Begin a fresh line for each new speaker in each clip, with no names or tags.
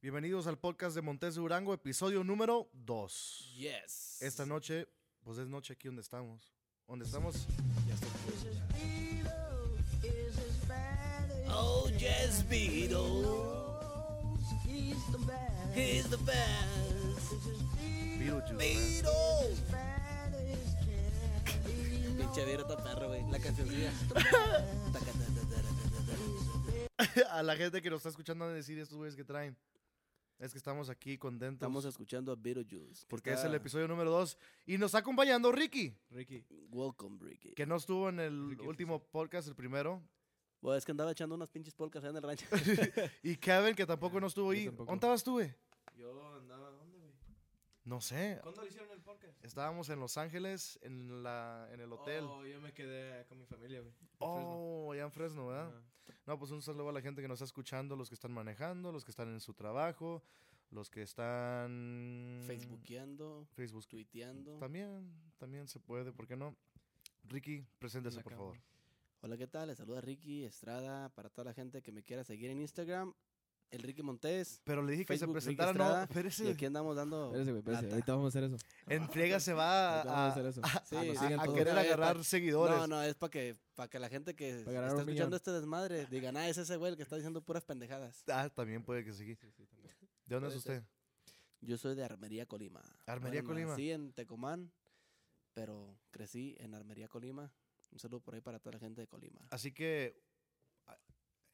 Bienvenidos al podcast de Montes de Durango, episodio número 2.
Yes.
Esta noche, pues es noche aquí donde estamos. Donde estamos,
Oh, yes, Beatles. He's the best.
Beetlejuice. ¿verdad?
Beatles. Pinche abierta perro, güey. La cancioncilla.
a la gente que nos está escuchando van a decir estos güeyes que traen. Es que estamos aquí contentos.
Estamos escuchando a Beetlejuice.
porque es el episodio número 2. Y nos está acompañando Ricky,
Ricky.
Welcome, Ricky.
que no estuvo en el
Ricky,
último podcast, el primero.
Bueno, es que andaba echando unas pinches polcas allá en el rancho.
Y Kevin, que tampoco no estuvo
yo
ahí.
tampoco.
¿Dónde estabas tú, güey?
Yo andaba, ¿dónde, güey?
No sé.
¿Cuándo le hicieron el podcast?
Estábamos en Los Ángeles, en, la, en el hotel.
Oh, yo me quedé con mi familia, güey. en Fresno.
Oh, allá en Fresno, ¿verdad?
Ajá.
No, pues un saludo a la gente que nos está escuchando, los que están manejando, los que están en su trabajo, los que están...
Facebookeando,
Facebook.
tuiteando.
También, también se puede, ¿por qué no? Ricky, preséntese,
la
por
cama.
favor.
Hola, ¿qué tal? Les saluda Ricky Estrada. Para toda la gente que me quiera seguir en Instagram, el Ricky Montés.
Pero le dije que se
Facebook, Ricky
presentara, no,
Estrada,
espérese.
Y aquí andamos dando.
Espérese, güey,
Ah,
espérese.
lata.
Ahorita vamos a hacer eso.
Entrega se va
Ahorita vamos a
a,
hacer eso.
a-
Sí,
a-
nos
a-
sigan
a
todos.
querer
Otra vez,
agarrar
pa-
seguidores.
No, no, es para que, para que la gente que está
ganar un
escuchando
millón.
este desmadre diga, ah, es ese güey el que está diciendo puras pendejadas.
Ah, también puede que sí. ¿De dónde es
Puede ser.
usted?
Yo soy de Armería, Colima.
Armería, Colima.
Sí, en Tecomán, pero crecí en Armería, Colima. Un saludo por ahí para toda la gente de Colima.
Así que, a-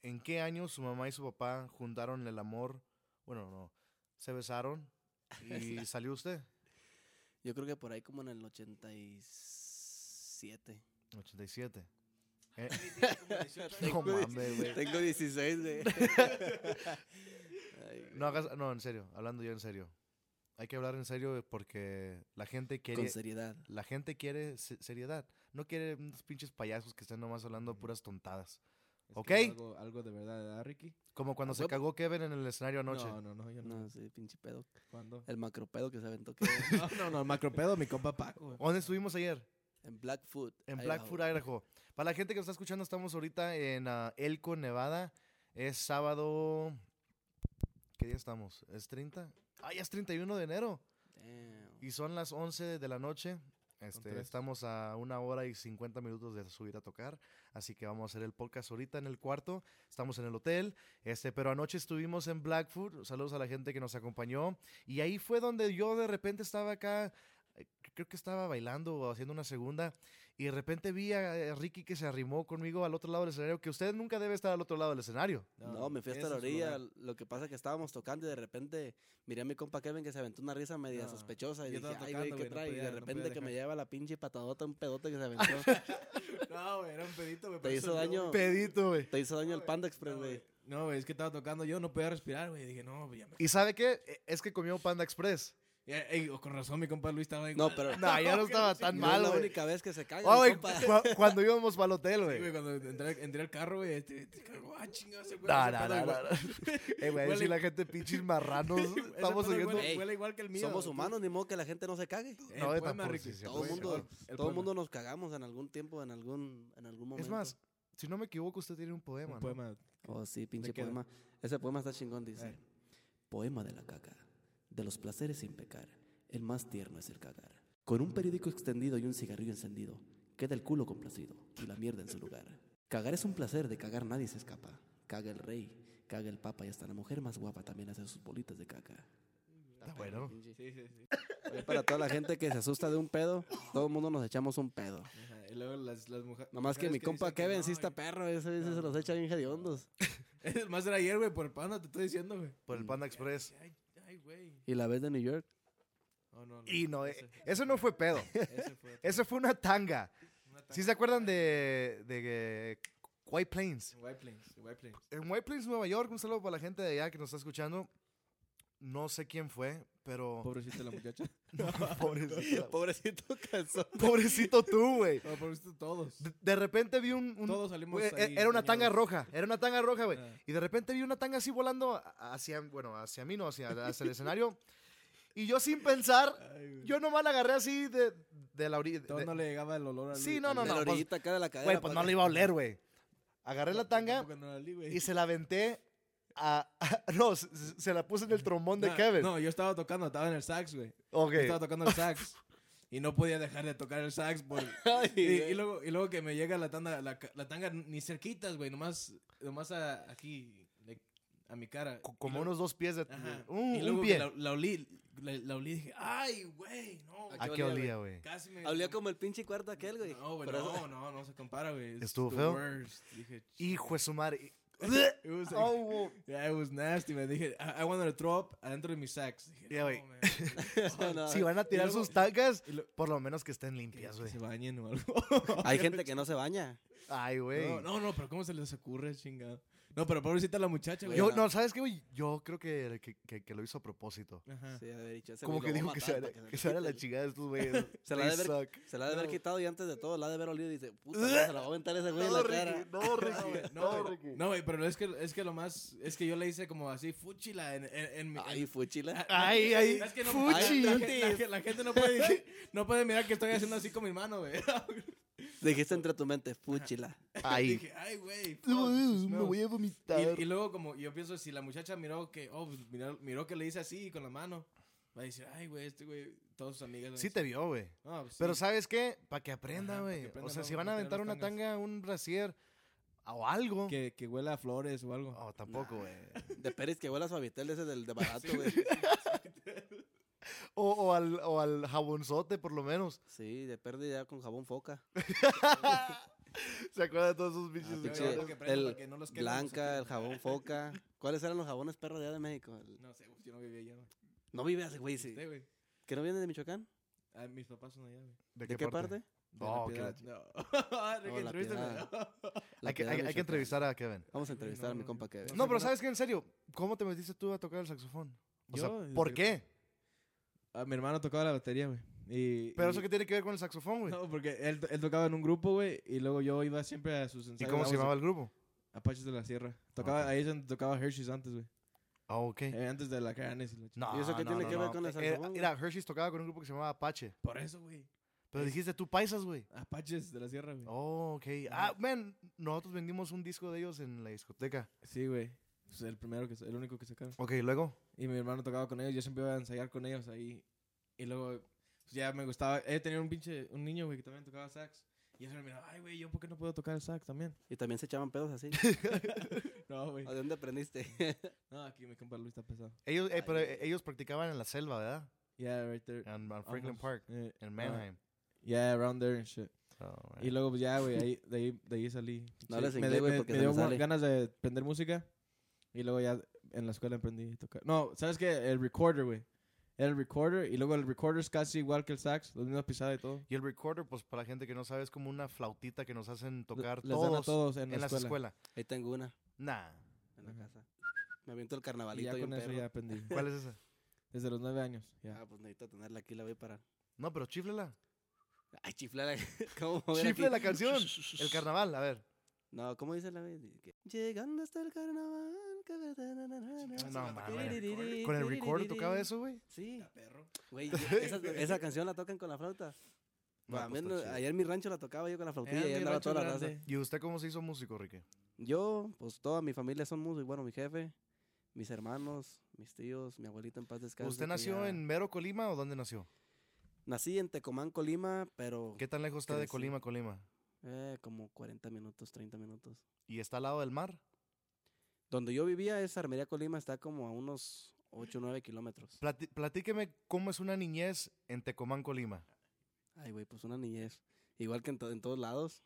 ¿en qué año su mamá y su papá juntaron el amor? Bueno, no, se besaron y salió usted.
Yo creo que por ahí como en el 87.
87. Eh,
Tengo
no mames, güey.
Tengo 16 de... Ay, güey.
No hagas, no, en serio, hablando ya en serio. Hay que hablar en serio porque la gente
Con
quiere,
seriedad.
la gente quiere se- seriedad. No quiere unos pinches payasos que estén nomás hablando puras tontadas.
Es que
¿Ok?
Algo, algo de verdad, ¿verdad, Ricky?
Como cuando
¿A
se
huevo?
cagó Kevin en el escenario anoche.
No, no, no, yo no.
No, sí, pinche pedo.
¿Cuándo?
El macropedo que se aventó que
Eh,
No, no, no, el macropedo, mi compa Paco. güey.
¿Dónde estuvimos ayer?
en Blackfoot.
En
Idaho.
Blackfoot, Idaho. Para la gente que nos está escuchando, estamos ahorita en ah, Elko, Nevada. Es sábado. ¿Qué día estamos? ¿Es 30? Ah, ya es 31 de enero.
Damn.
Y son las 11 de la noche. Este,
tres.
estamos a una hora y 50 minutos de subir a tocar. Así que vamos a hacer el podcast ahorita en el cuarto. Estamos en el hotel. Este, pero anoche estuvimos en Blackfoot. Saludos a la gente que nos acompañó. Y ahí fue donde yo de repente estaba acá. eh, Creo que estaba bailando o haciendo una segunda. Y de repente vi a eh, Ricky que se arrimó conmigo al otro lado del escenario. Que usted nunca debe estar al otro lado del escenario.
No, me fui
ese
hasta la
es su lugar.
orilla. Lo que pasa es que estábamos tocando y de repente miré a mi compa Kevin que se aventó una risa media
No,
sospechosa. Y
yo
dije,
estaba
ay, güey,
tocando,
¿qué
güey, no
trae? y de
podía- no podía
repente que me
dejar.
lleva la pinche patadota, un pedote que se aventó.
No, güey, era un pedito, güey.
Te
por
hizo
eso yo-
daño.
Pedito, güey.
Te hizo daño el Panda
No,
Express, güey.
güey. No, güey, es que estaba tocando yo, no podía respirar, güey. Dije, no, güey, ya me...
¿Y sabe qué? Eh, Es que comió Panda Express.
Ya, ey, con razón, mi compa Luis estaba
No,
igual.
pero no,
No, ya no estaba
es
tan
la
malo. güey.
única vez que se caga.
Oh,
Ay,
mi compa.
cu- cuando íbamos para el hotel,
Sí,
eh.
güey,
güey.
cuando entré, entré al carro, güey, este, este, carro, ah, chingado, ese güey.
No,
ese
no,
pedo
no,
igual-
no, no. Eh, güey,
Huele-
si la gente pinches marranos,
Ese
estamos
pedo
oyendo.
Huele,
Ey,
huele igual que el mío.
Somos
tú-
humanos, ni modo que la gente no se cague.
El
No,
poema,
tampoco,
Ricky,
sí, sí,
Todo
el
el
poema.
mundo, todo
poema.
el mundo nos cagamos en algún tiempo, en algún, en algún momento.
Es más, si no me equivoco, usted tiene un poema,
Un
¿no?
poema.
Oh, sí, pinche
queda?
poema. Ese poema está chingón, dice.
ver.
Poema de la caca. De los placeres sin pecar. El más tierno es el cagar. Con un periódico extendido y un cigarrillo encendido, queda el culo complacido y la mierda en su lugar. Cagar es un placer, de cagar nadie se escapa. Caga el rey, caga el papa y hasta la mujer más guapa también hace sus bolitas de caca.
Está bueno.
Sí, sí, sí.
Oye, Para toda la gente que se asusta de un pedo, todo el mundo nos echamos un pedo.
Ajá, Y luego las, las mujer- mujeres.
Nomás que mi compa
dicen que
Kevin
no,
sí está
y-
perro, ese ese se los echa bien hediondos.
Más era ayer, güey, por el panda, te estoy diciendo, güey.
Por el Panda Express.
Ay, ay, güey.
Y la vez de New York,
Oh, no, no.
Y no, eh,
Ese,
eso no fue pedo.
ese fue.
Eso fue una tanga.
una
¿Sí
tanga.
se acuerdan de, de eh, White Plains?
White Plains, White Plains.
En White Plains, Nueva York, un saludo para la gente de allá que nos está escuchando. No sé quién fue, pero.
Pobrecita la muchacha.
Pobrecito.
pobrecito calzón.
Pues, Pobrecito tú, güey.
No, pobrecito todos.
De, de repente vi un, un-
Todos salimos
güey, e-
ahí
Era una
dañados.
tanga roja, era una tanga roja, güey.
Ah.
Y de repente vi una tanga así volando a- hacia, bueno, hacia mí, no, hacia, hacia el escenario. Y yo sin pensar,
Ay, güey.
yo nomás la agarré así de, de la orilla. de-
Todo no le llegaba el olor al.
Sí, no, no,
de
no.
la
pues-
orillita acá de la cadera.
Güey, pues
pa'
no
acá.
le iba a oler, güey. Agarré la tanga
Tampoco no la olí, güey.
y se la aventé a- a- no, se, se la puse en el trombón de
No,
Kevin.
No, yo estaba tocando, estaba en el sax, güey.
ok.
Yo estaba tocando el sax. y no podía dejar de tocar el sax por...
Ay,
Y, y
güey.
luego, y luego que me llega la tanda, la, ca- la tanga ni cerquitas, güey, nomás, nomás a- aquí, like, a mi cara.
Co-
Y
Como
luego-
unos dos pies de,
Ajá.
un, un
y luego que
pie.
la, la olí, la, la olí y dije, ay, güey, no.
¿A
qué
qué
olía,
olía, güey?
Casi me...
Hablé como el pinche cuarto aquel, güey.
No, güey,
Pero-
no, no, no se compara, güey. It's
¿Estuvo
the
feo?
worst. Dije,
Hijo de su madre.
It was like-
Oh, wow.
yeah, it was nasty, man. Dije, I, I wanted to throw up adentro de mi sax. Dije,
Yeah,
no,
güey.
man.
No,
Si van a tirar
luego-
sus tacas,
y lo-
por lo menos que estén
que-
limpias,
que
güey.
se bañen o algo.
Hay gente que no se baña.
Ay, güey.
No, no, no, pero ¿cómo se les ocurre, chingado? No, pero pobrecita la muchacha, güey.
Yo,
Bueno.
no, ¿sabes qué, güey? Yo creo que, que, que- que lo hizo a propósito.
Ajá.
Sí, haber dicho, ese
Ah. Como
güey
que dijo
lo voy a
que se
matar
hará
para
que
me lo
se hará la
quiten.
chingada de estos güeyes.
Se la ha de
They
ver-
suck.
Se la ha de haber
No.
quitado y antes de todo la ha de haber olido y dice, puta, se la va a aventar ese güey en la cara.
no,
No, güey, No, güey, no, güey, pero es que, es que lo más. Es que yo le hice como así, fúchila en, en, en mi.
Ay, fuchila.
Ay, ay,
Es que no,
fuchi.
la, gente- la gente- la gente no puede, no puede mirar que estoy haciendo así con mi mano, güey.
Dijiste entre tu mente, fuchila.
Ay.
Dije, ay, güey. fuck, this
Uh, Me
smells".
voy a vomitar.
Y, y luego, como yo pienso, si la muchacha miró que, oh, pues, miró, miró que le hice así con la mano, va a decir, ay, güey, este güey, todas sus amigas. van a
Sí
decir,
te vio, güey.
"No, pues,
Pero
sí".
¿sabes qué? Para que
Ajá,
aprenda,
pa' que
güey. O
aprenda
sea,
no-
si van
no
a
tirar
aventar
las
una
tangas.
tanga, un brasier o algo.
Que, que huela a flores o algo.
Oh, tampoco, güey.
De Pérez que huele a suavitel ese del de barato, güey.
O, o al, o al jabonzote, por lo menos.
Sí, de Pérez ya con jabón foca.
¿Se acuerdan de todos esos bichos?
sí,
pinche,
ya, porque prende
el
para que no los quemen
pues,
los
Blanca, el
otros.
jabón foca. ¿Cuáles eran los jabones perro de allá de México? El-
No sé, güey, yo no vivía allá, güey.
No vive ese güey, sí.
Sí, güey.
¿Que no viene de Michoacán?
Ah, mis papás son allá, güey.
¿De qué parte?
De
Oh,
la
qué
piedad.
la
No. Ricky,
No, la
entrevístame.
piedad.
Hay
La
que,
piedad
hay,
de
hay que
Michoacán.
entrevistar a Kevin.
Vamos a
Ay,
entrevistar a
no,
mi
no,
compa
no.
Kevin.
No, pero
no.
¿sabes qué? En serio, ¿cómo te metiste tú a tocar el saxofón? O sea,
Yo,
¿por
desde-
qué?
Ah, mi hermano tocaba la batería, güey. Y,
Pero
y-
eso que tiene que ver con el saxofón, güey.
No, porque él, él tocaba en un grupo, güey, y luego yo iba siempre a sus
¿Y
ensayos.
cómo se
Vamos a-
llamaba el grupo?
Apaches de la Sierra. Tocaba,
Ok.
Ahí es donde tocaba Hershey's antes, güey.
Ah, ok.
Eh, antes de la Canes y la ch-
No,
¿Y eso qué
no,
tiene
no,
que ver
no.
con el
Era-
saxofón, güey?
Era, Hershey's tocaba con un grupo que se llamaba Apache.
Por eso, güey.
Pero dijiste tú paisas, güey.
Apaches de la Sierra, güey.
Oh, ok. Ah, man, nosotros vendimos un disco de ellos en la discoteca.
Sí, güey. Es el primero que, el único que sacaron.
Ok, luego.
Y mi hermano tocaba con ellos. Yo siempre iba a ensayar con ellos ahí. Y luego, pues ya me gustaba. Él tenía un pinche, un niño, güey, que también tocaba sax. Y eso me miraba, ay, güey, ¿yo por qué no puedo tocar el sax también?
Y también se echaban pedos así.
No, güey.
¿A dónde aprendiste?
No, aquí mi compa Luis está pesado.
Ellos, eh,
Ay,
pero
güey.
eh, ellos practicaban en la selva, ¿verdad?
Yeah, right there.
En en Franklin
Almost.
Park,
Eh,
en Mannheim.
Yeah, around there and shit.
Oh,
Y
man.
luego, pues ya, güey, ahí, de, ahí, de ahí salí.
No hables
me,
inglés,
de-
güey,
me-
porque
me
se
dio
me
gua-
sale.
ganas de aprender música. Y luego ya en la escuela aprendí a tocar. No, ¿sabes qué? El recorder, güey. Era el recorder. Y luego el recorder es casi igual que el sax. La misma pisada y todo.
Y el recorder, pues para la gente que no sabe, es como una flautita que nos hacen tocar
Les dan a
todos,
todos en,
en,
la
las
escuela.
escuelas.
Ahí tengo una
Nah.
en la
Ajá.
casa. Me aviento el
Y
carnavalito
ya
y un
con eso
perro.
ya aprendí.
¿Cuál es esa?
Desde los nueve años. ya.
Ah, pues necesito tenerla aquí, la voy para...
No, pero chiflela.
Ay, chifla ¿Cómo mover aquí?
Chifle la canción. El carnaval, a ver.
No, ¿cómo dice la vez? Que- Llegando hasta el carnaval. que me da na na na na.
No, mames. Con el recorder tocaba eso, güey.
Sí. Güey, esa, esa canción la tocan con la flauta.
No,
Bueno, a
pues,
mí
está
no-
chido.
allá en mi rancho la tocaba yo con la
Era
flautilla y
mi
andaba
rancho
toda la raza.
grande.
¿Y usted cómo se hizo músico, Ricky?
Yo, pues toda mi familia son músicos. Bueno, mi jefe, mis hermanos, mis tíos, mi abuelita en paz descanse.
¿Usted
que
nació
ya-
en Mero Colima o dónde nació?
Nací en Tecomán, Colima, pero
¿Qué tan lejos está de
Crecí.
Colima, Colima?
eh, como 40 minutos, 30 minutos.
¿Y está al lado del mar?
Donde yo vivía es Armería, Colima, está como a unos 8 o 9 kilómetros.
Plati- platíqueme cómo es una niñez en Tecomán, Colima.
Ay, güey, pues una niñez. Igual que en, to- en todos lados.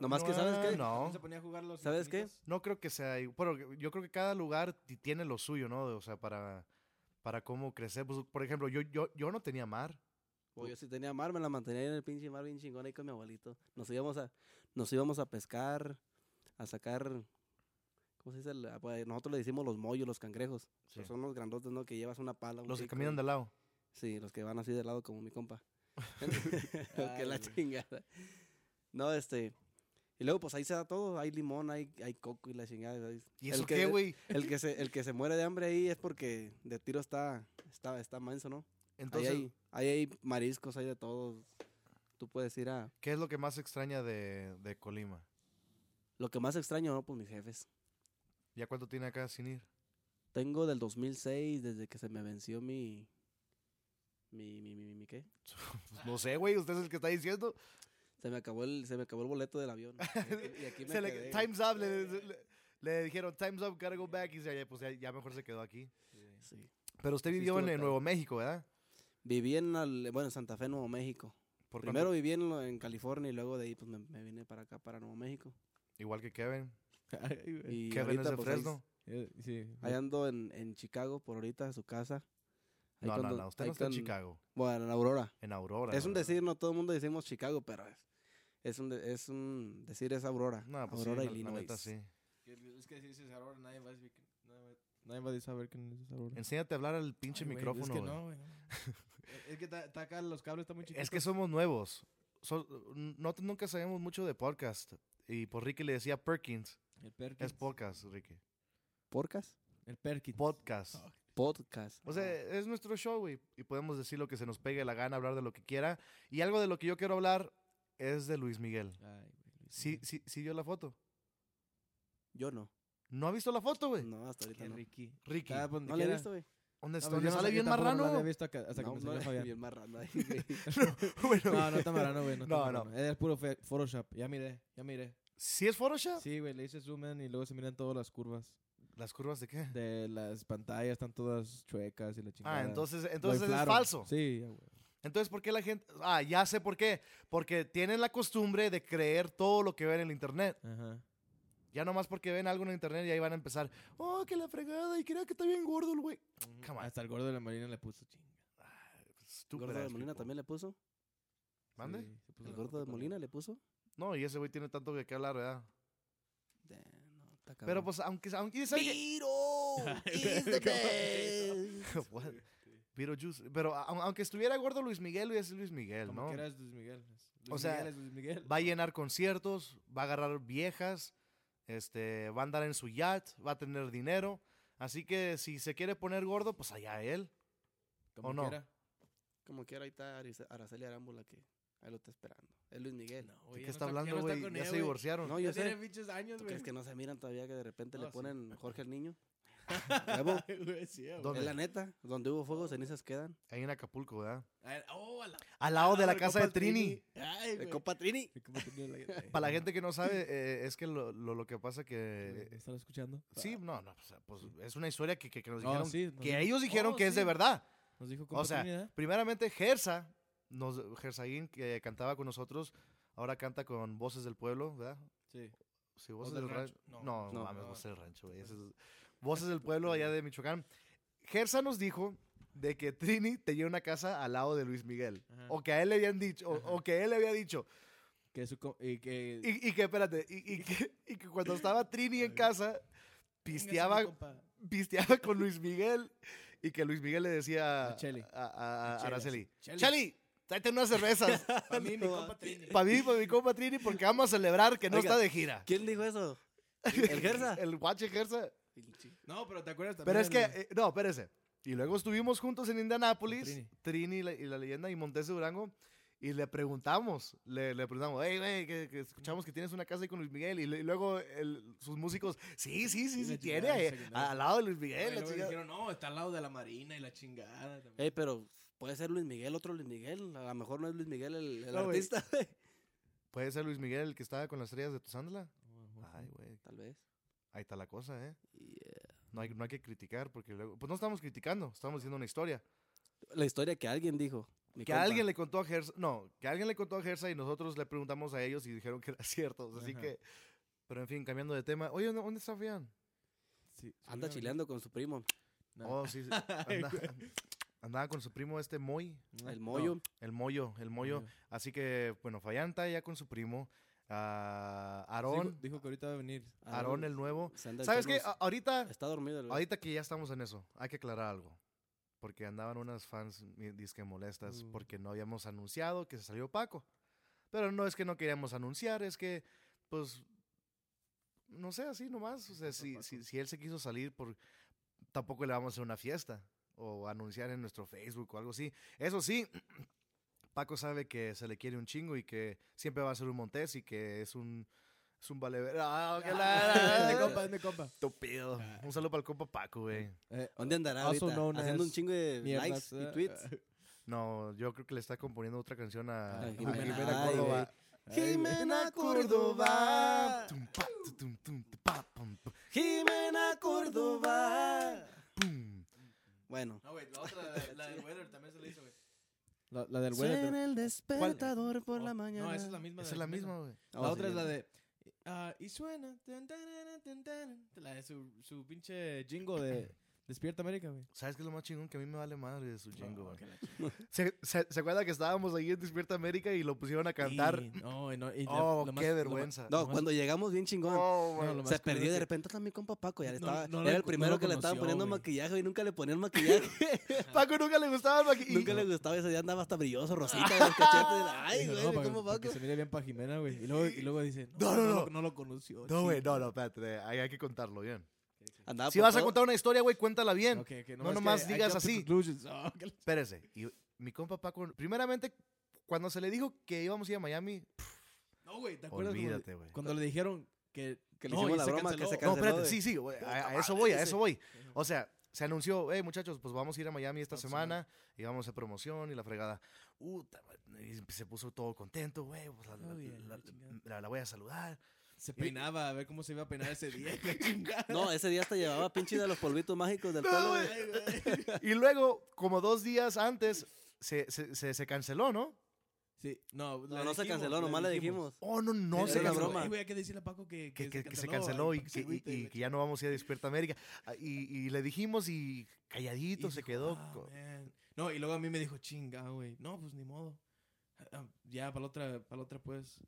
Nomás que, ¿sabes qué?
No,
se ponía a jugar los
¿Sabes qué?
infinitos?
no creo que sea... i- Bueno, yo creo que cada lugar ti- tiene lo suyo, ¿no? O sea, para, para cómo crecer. Pues, por ejemplo, yo, yo, yo no tenía mar.
Pues yo sí tenía mar, me la mantenía ahí en el pinche mar bien chingón ahí con mi abuelito. Nos íbamos a, nos íbamos a pescar, a sacar, ¿cómo se dice? El- ah, pues, Nosotros le decimos los mollos, los cangrejos.
Sí.
Pero son los grandotes, ¿no? Que llevas una pala. un
Los que
pico
caminan
y-
de lado.
Sí, los que van así de lado como mi compa. que la chingada. No, este... Y luego, pues ahí se da todo. Hay limón, hay, hay coco y la chingada. ¿sabes?
¿Y
El
eso
que-
qué, güey?
El que, se, el que se muere de hambre ahí es porque de tiro está, está, está manso, ¿no? Ahí
Entonces,
hay, ahí hay mariscos, hay de todo. Tú puedes ir a...
¿qué es lo que más extraña de, de Colima?
Lo que más extraño, ¿no? Pues mis jefes.
¿Ya cuánto tiene acá sin ir?
Tengo del 2006, desde que se me venció mi... Mi, mi, mi, mi- mi ¿qué?
Pues no sé, güey, usted es el que está diciendo.
Se me acabó el, se me acabó el boleto del avión. Y aquí, y aquí me
Se le-
quedé.
time's up, le, le- le dijeron time's up, gotta go back. Y se- pues ya, ya mejor se quedó aquí.
Sí.
Pero usted
Sí,
vivió en,
estuvo
en
acá.
Nuevo México, ¿verdad?
Viví en, al- bueno, en Santa Fe, Nuevo México.
Por cuánto-
Primero viví en, lo- en California y luego de ahí pues me, me vine para acá, para Nuevo México.
Igual que Kevin.
Ay,
Eh,
güey.
Y
Kevin es
ahorita
de
pues, ahí-
Fresno.
Eh, Sí.
ahí ando en, en Chicago por ahorita, en su casa. Ahí
No, no,
cuando-
no, usted
ahí
no está en
con-
Chicago,
Bueno, en Aurora.
en Aurora.
es un
¿verdad?
decir, no todo el mundo decimos Chicago, pero es, es un, de- es un decir, es Aurora.
No, pues sí,
Aurora,
la- la
Illinois.
neta sí.
Que- Es que si dices ahora nadie va a decir que- nadie va- nadie va a saber quién es ahora.
Enséñate a hablar al pinche micrófono.
Es que
güey.
no, güey. no. Es- es que está, está acá, los cables están muy chiquitos.
Es que somos nuevos. So- no, nunca sabemos mucho de podcast. Y por Ricky le decía Perkins.
El Perkins.
Es podcast, Ricky.
¿Podcast?
El Perkins.
Podcast.
Ah,
Podcast.
O sea, es nuestro show, güey. Y podemos decir lo que se nos pegue la gana, hablar de lo que quiera. Y algo de lo que yo quiero hablar es de Luis Miguel.
Ay, güey, Luis
Sí,
Miguel.
sí, sí vio la foto.
Yo no.
¿No ha visto la foto, güey?
No, hasta ahorita
Qué
no.
Ricky.
Ricky.
Está donde
No la he
quiera.
visto, güey.
¿Dónde está?
Ah, No, pues
¿Dónde
yo no
sale
sé- yo
bien
tampoco no la
marrano?
había visto acá- hasta que
No,
me
no,
enseñó Fabián.
bien marrano ahí, güey.
Bueno,
No, no está marrano, güey. No, está
No,
marrano. Es puro fe- Photoshop. Ya miré, ya miré.
¿Sí es Photoshop?
Sí, güey, le hice zoom in y luego se miran todas las curvas
¿Las curvas de qué?
de las pantallas, están todas chuecas y la chingada.
Ah, entonces,
Lo
entonces es
inflaron.
falso.
Sí, ya, güey.
Entonces, ¿por qué la gente...? Ah, ya sé por qué. Porque tienen la costumbre de creer todo lo que ven en el internet.
Ajá.
Ya nomás porque ven algo en el internet y ahí van a empezar. Oh, que la fregada. Y creo que está bien gordo el güey. Mm, Come on.
Hasta el gordo de la marina le puso chinga. Pues,
Stupid
¿Gordo de
ass
Molina
people.
también le puso?
¿Mande?
Sí, se puso
¿El
Pues la
gordo de
ropa
Molina le puso?
No, y ese güey tiene tanto que hablar, ¿verdad?
Damn, no, está
Pero
cabrón.
pues, aunque... aunque es alguien-
¡Piro! is the best.
What? Beetlejuice. Pero a- aunque estuviera gordo Luis Miguel, es Luis Miguel,
Como
¿no?
quieras, Luis Miguel. Luis
O sea,
Miguel es Luis Miguel.
va a llenar conciertos, va a agarrar viejas, este, va a andar en su yacht, va a tener dinero. Así que si se quiere poner gordo, pues allá él.
como
¿o no?
quiera.
Como quiera, ahí está Arice- Araceli Arámbula que ahí lo está esperando. Es Luis Miguel.
No,
¿De
güey,
qué
ya
está
no ya
hablando,
no está
güey?
con
ya
ella,
se
güey.
divorciaron.
No,
Ya
yo
tiene
sé.
pinches años,
¿Tú
güey.
crees que no se miran todavía que de repente
No,
le
sí.
ponen Jorge el Niño? Huevo.
Güey, sí, güey.
¿Dónde?
Es la neta. Donde hubo fuego, cenizas quedan.
Ahí en Acapulco, ¿verdad?
A ver, oh, a la-
Al lado de la
el
casa de
compa
Trini.
Ay,
De
güey.
Copa Trini.
El compa Trini, la-
Para la gente que no sabe, eh, es que lo, lo- lo que pasa
¿Me
que...
¿Están escuchando? Ah,
Sí, no, no, o sea, pues es una historia que, que- que nos
No,
dijeron...
sí, nos
que
dijo-
ellos dijeron
Oh,
que es de
sí.
verdad.
Nos dijo
O
compa
sea,
Trini, ¿verdad?
primeramente Gersa, nos, Gersaín, que cantaba con nosotros, ahora canta con Voces del Pueblo, ¿verdad?
Sí.
Sí, Voces
del
del Rancho.
Rancho.
No, no,
No.
mames,
No.
Voces del Rancho, güey. ese es- Voces del Pueblo allá de Michoacán. Gersa nos dijo de que Trini tenía una casa al lado de Luis Miguel.
Ajá.
O que a él le habían dicho, o, o que él le había dicho.
Que su co- y que
Y, y que, espérate, y, y que, y que cuando estaba Trini en
Ay.
casa,
Venga, sí,
pisteaba,
mi compa.
pisteaba con Luis Miguel y que Luis Miguel le decía a,
A Chely.
a- a- a
Chely,
Araceli,
Chely.
Chali, tráete unas cervezas.
Pa' mí, mi compa Trini.
Para mí, para mi compa Trini, porque vamos a celebrar que no
Oiga,
está de gira.
¿Quién dijo eso? ¿El Gersa?
El guache Gersa.
Pinche.
No, pero te acuerdas también.
Pero es que,
el-
eh, no, espérese. Y luego estuvimos juntos en Indianápolis,
Con
Trini,
Trini.
y, la, y la leyenda, y Montes de Durango, y le preguntamos, le, le preguntamos, hey, güey, que, que escuchamos que tienes una casa ahí con Luis Miguel, y, le- y luego el- sus músicos, sí, sí, sí,
Y
sí,
la
tiene,
chingada,
eh,
dice que no.
a- al lado de Luis
Ay,
Miguel, la
luego
chingada".
dijeron, no, está al lado de la marina y la chingada. también".
Ey, pero puede ser Luis Miguel, otro Luis Miguel. A lo mejor no es Luis Miguel el, el
No, güey.
artista. güey.
¿Puede ser Luis Miguel el que estaba con las estrellas de tu sándala? Ay, güey,
Tal vez.
ahí está la cosa, ¿eh?
Yeah.
No hay, no hay que criticar, porque luego, pues no estamos criticando, estamos diciendo una historia.
La historia que alguien dijo. mi
Que
compa.
alguien le contó a Gersa, no, que alguien le contó a Gersa y nosotros le preguntamos a ellos y dijeron que era cierto. Así
Ajá.
que, pero en fin, cambiando de tema. Oye, ¿dó- ¿dónde está Fabián?
Sí, sí,
Anda
mira,
chileando con su primo.
No.
Oh, sí, sí, anda- andaba con su primo este Moy,
No.
El Moyo.
el Moyo, el Moyo. Así que, bueno, Fabián está ya con su primo, ah,
Dijo,
Aarón,
dijo que ahorita va a venir.
Ah,
Aarón el nuevo.
se anda
¿Sabes qué? Ah,
enfermo.
A- Ahorita,
Está dormido el güey.
ahorita que ya estamos en eso, hay que aclarar algo. Porque andaban unas fans mi- disque molestas
Mm.
porque no habíamos anunciado que se salió Paco. Pero no es que no queríamos anunciar, es que, pues, no sé, así nomás. O sea, si, si, si él se quiso salir, por, tampoco le vamos a hacer una fiesta o anunciar en nuestro Facebook o algo así. Eso sí, Paco sabe que se le quiere un chingo y que siempre va a ser un Montes y que es un Es un vale. Ah, que la.
Es de compa, es de compa.
Estúpido. Un saludo para el compa Paco, güey.
Eh,
¿Dónde andará
Also
ahorita?
known
Haciendo
as
un chingo de
mierdas,
likes
eh.
y tweets.
No, yo creo que le está componiendo otra canción a,
Ah,
a
Jimena.
Jimena
Ay,
Córdoba.
Ay, güey.
Jimena Córdoba.
Tum, pa, tu, tum, tum, tu, pa, pum, pu,
Jimena Córdoba.
pum.
Bueno.
No, güey, la otra, la del weather también se le hizo, güey. La, del weather.
Suena el despertador por la mañana.
Oh, No, esa es la misma.
Esa
de
es la
Jimena.
misma, güey.
La
Vamos
otra es la
siguiendo.
de. ah, y suena. tan, tarara, tan, taran, La de su, su pinche jingo de Despierta América, güey. Oh,
¿Sabes qué es lo más chingón? Que a mí me vale madre de su jingo, güey.
que la
¿Se, se, se acuerda que estábamos ahí en Despierta América y lo pusieron a cantar?
Y, no, y no, y la-
oh,
lo más-
qué
lo más-
vergüenza.
No,
lo más-
cuando llegamos bien chingón.
Oh,
no,
güey.
lo más
se
culero
perdió y de
que-
repente también compa Paco. Ya le
No,
estaba,
no lo
era el
enco-
primero
no lo
que le estaban
conoció,
poniendo
güey.
maquillaje y nunca le ponían maquillaje.
Paco nunca le gustaba el maqui-
nunca le gustaba ese día andaba hasta brilloso, rosita, en los cachetes. Ay,
Dijo,
güey,
no, para-
¿cómo
para
Paco?
Que se mire bien para Jimena, güey. Y luego, y luego dice,
No, no,
no, no,
no.
lo- no lo conoció.
No, güey,
chinga.
no, no, espérate. de- ahí hay que contarlo bien.
Andaba
Si
Ah, por
vas a
todo-
contar una historia, güey, cuéntala bien.
Ok, ok,
No
es que
nomás
I
digas
jumped to
así.
conclusions. Oh, que la-
Espérese. Y mi compa Paco, primeramente, cuando se le dijo que íbamos a ir a Miami,
No, güey, ¿te acuerdas? cuando-
olvídate, güey.
Cuando le dijeron que.
Que le
no,
hicimos
y
la
se
broma que se
canceló.
No,
canceló,
espérate,
güey.
sí, sí, güey,
Puta
a, a eso
madre,
voy, a
ese.
eso voy.
Ajá.
O sea, se anunció, hey muchachos, pues vamos a ir a Miami esta
Esta
semana y vamos a promoción y la fregada. Puta, güey, y se puso todo contento, güey, pues la, la-
Ay, a la
la-
chingada.
la- la voy a saludar.
Se peinaba a ver cómo se iba a peinar ese día. la chingada.
No, ese día hasta llevaba pinche de los polvitos mágicos del
No,
pelo.
güey.
güey.
Ay, güey.
Y luego, como dos días antes, se, se- se- se canceló, ¿no?
Sí, no,
No, no se canceló, nomás le dijimos.
Oh, no, no,
No,
Era
se
una
canceló.
broma.
Voy a que decirle a Paco que,
Que, que- que se canceló y, que- y- y que ya no vamos a ir a Despierta América. Ah, Y, y le dijimos y calladito se quedó. co-
ah, No, y luego a mí me dijo, chinga, güey. No, pues ni modo. Ah, Ya, para la otra, para la otra, pues.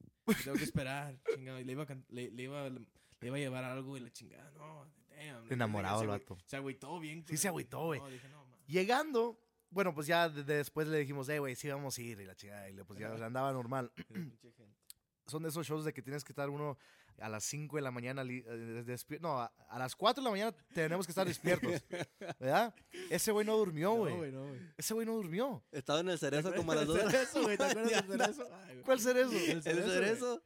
Tengo que esperar, chingada. Y le iba, a can- le, le iba, le iba a llevar algo y la chingada, no. damn.
Enamorado
Se
el
agü-
vato.
Se agüitó bien.
Sí, se agüitó, güey.
No, dije, no, man.
Llegando, bueno, pues ya de- de- después le dijimos, eh, güey, sí vamos a ir. Y la chingada, y le- pues ya andaba normal.
Pinche gente.
Son de esos shows de que tienes que estar uno a las 5 de la mañana, li- eh, des- despi- no, a, a las 4 de la mañana tenemos que estar despiertos, ¿verdad? Ese güey no durmió,
No,
güey.
güey, no, güey.
Ese güey no durmió.
Estaba en el cerezo como a las dos de la
Cerezo, güey, ¿Te acuerdas del cerezo? Ay, güey.
¿Cuál será eso?
El
El
güey.
cerezo.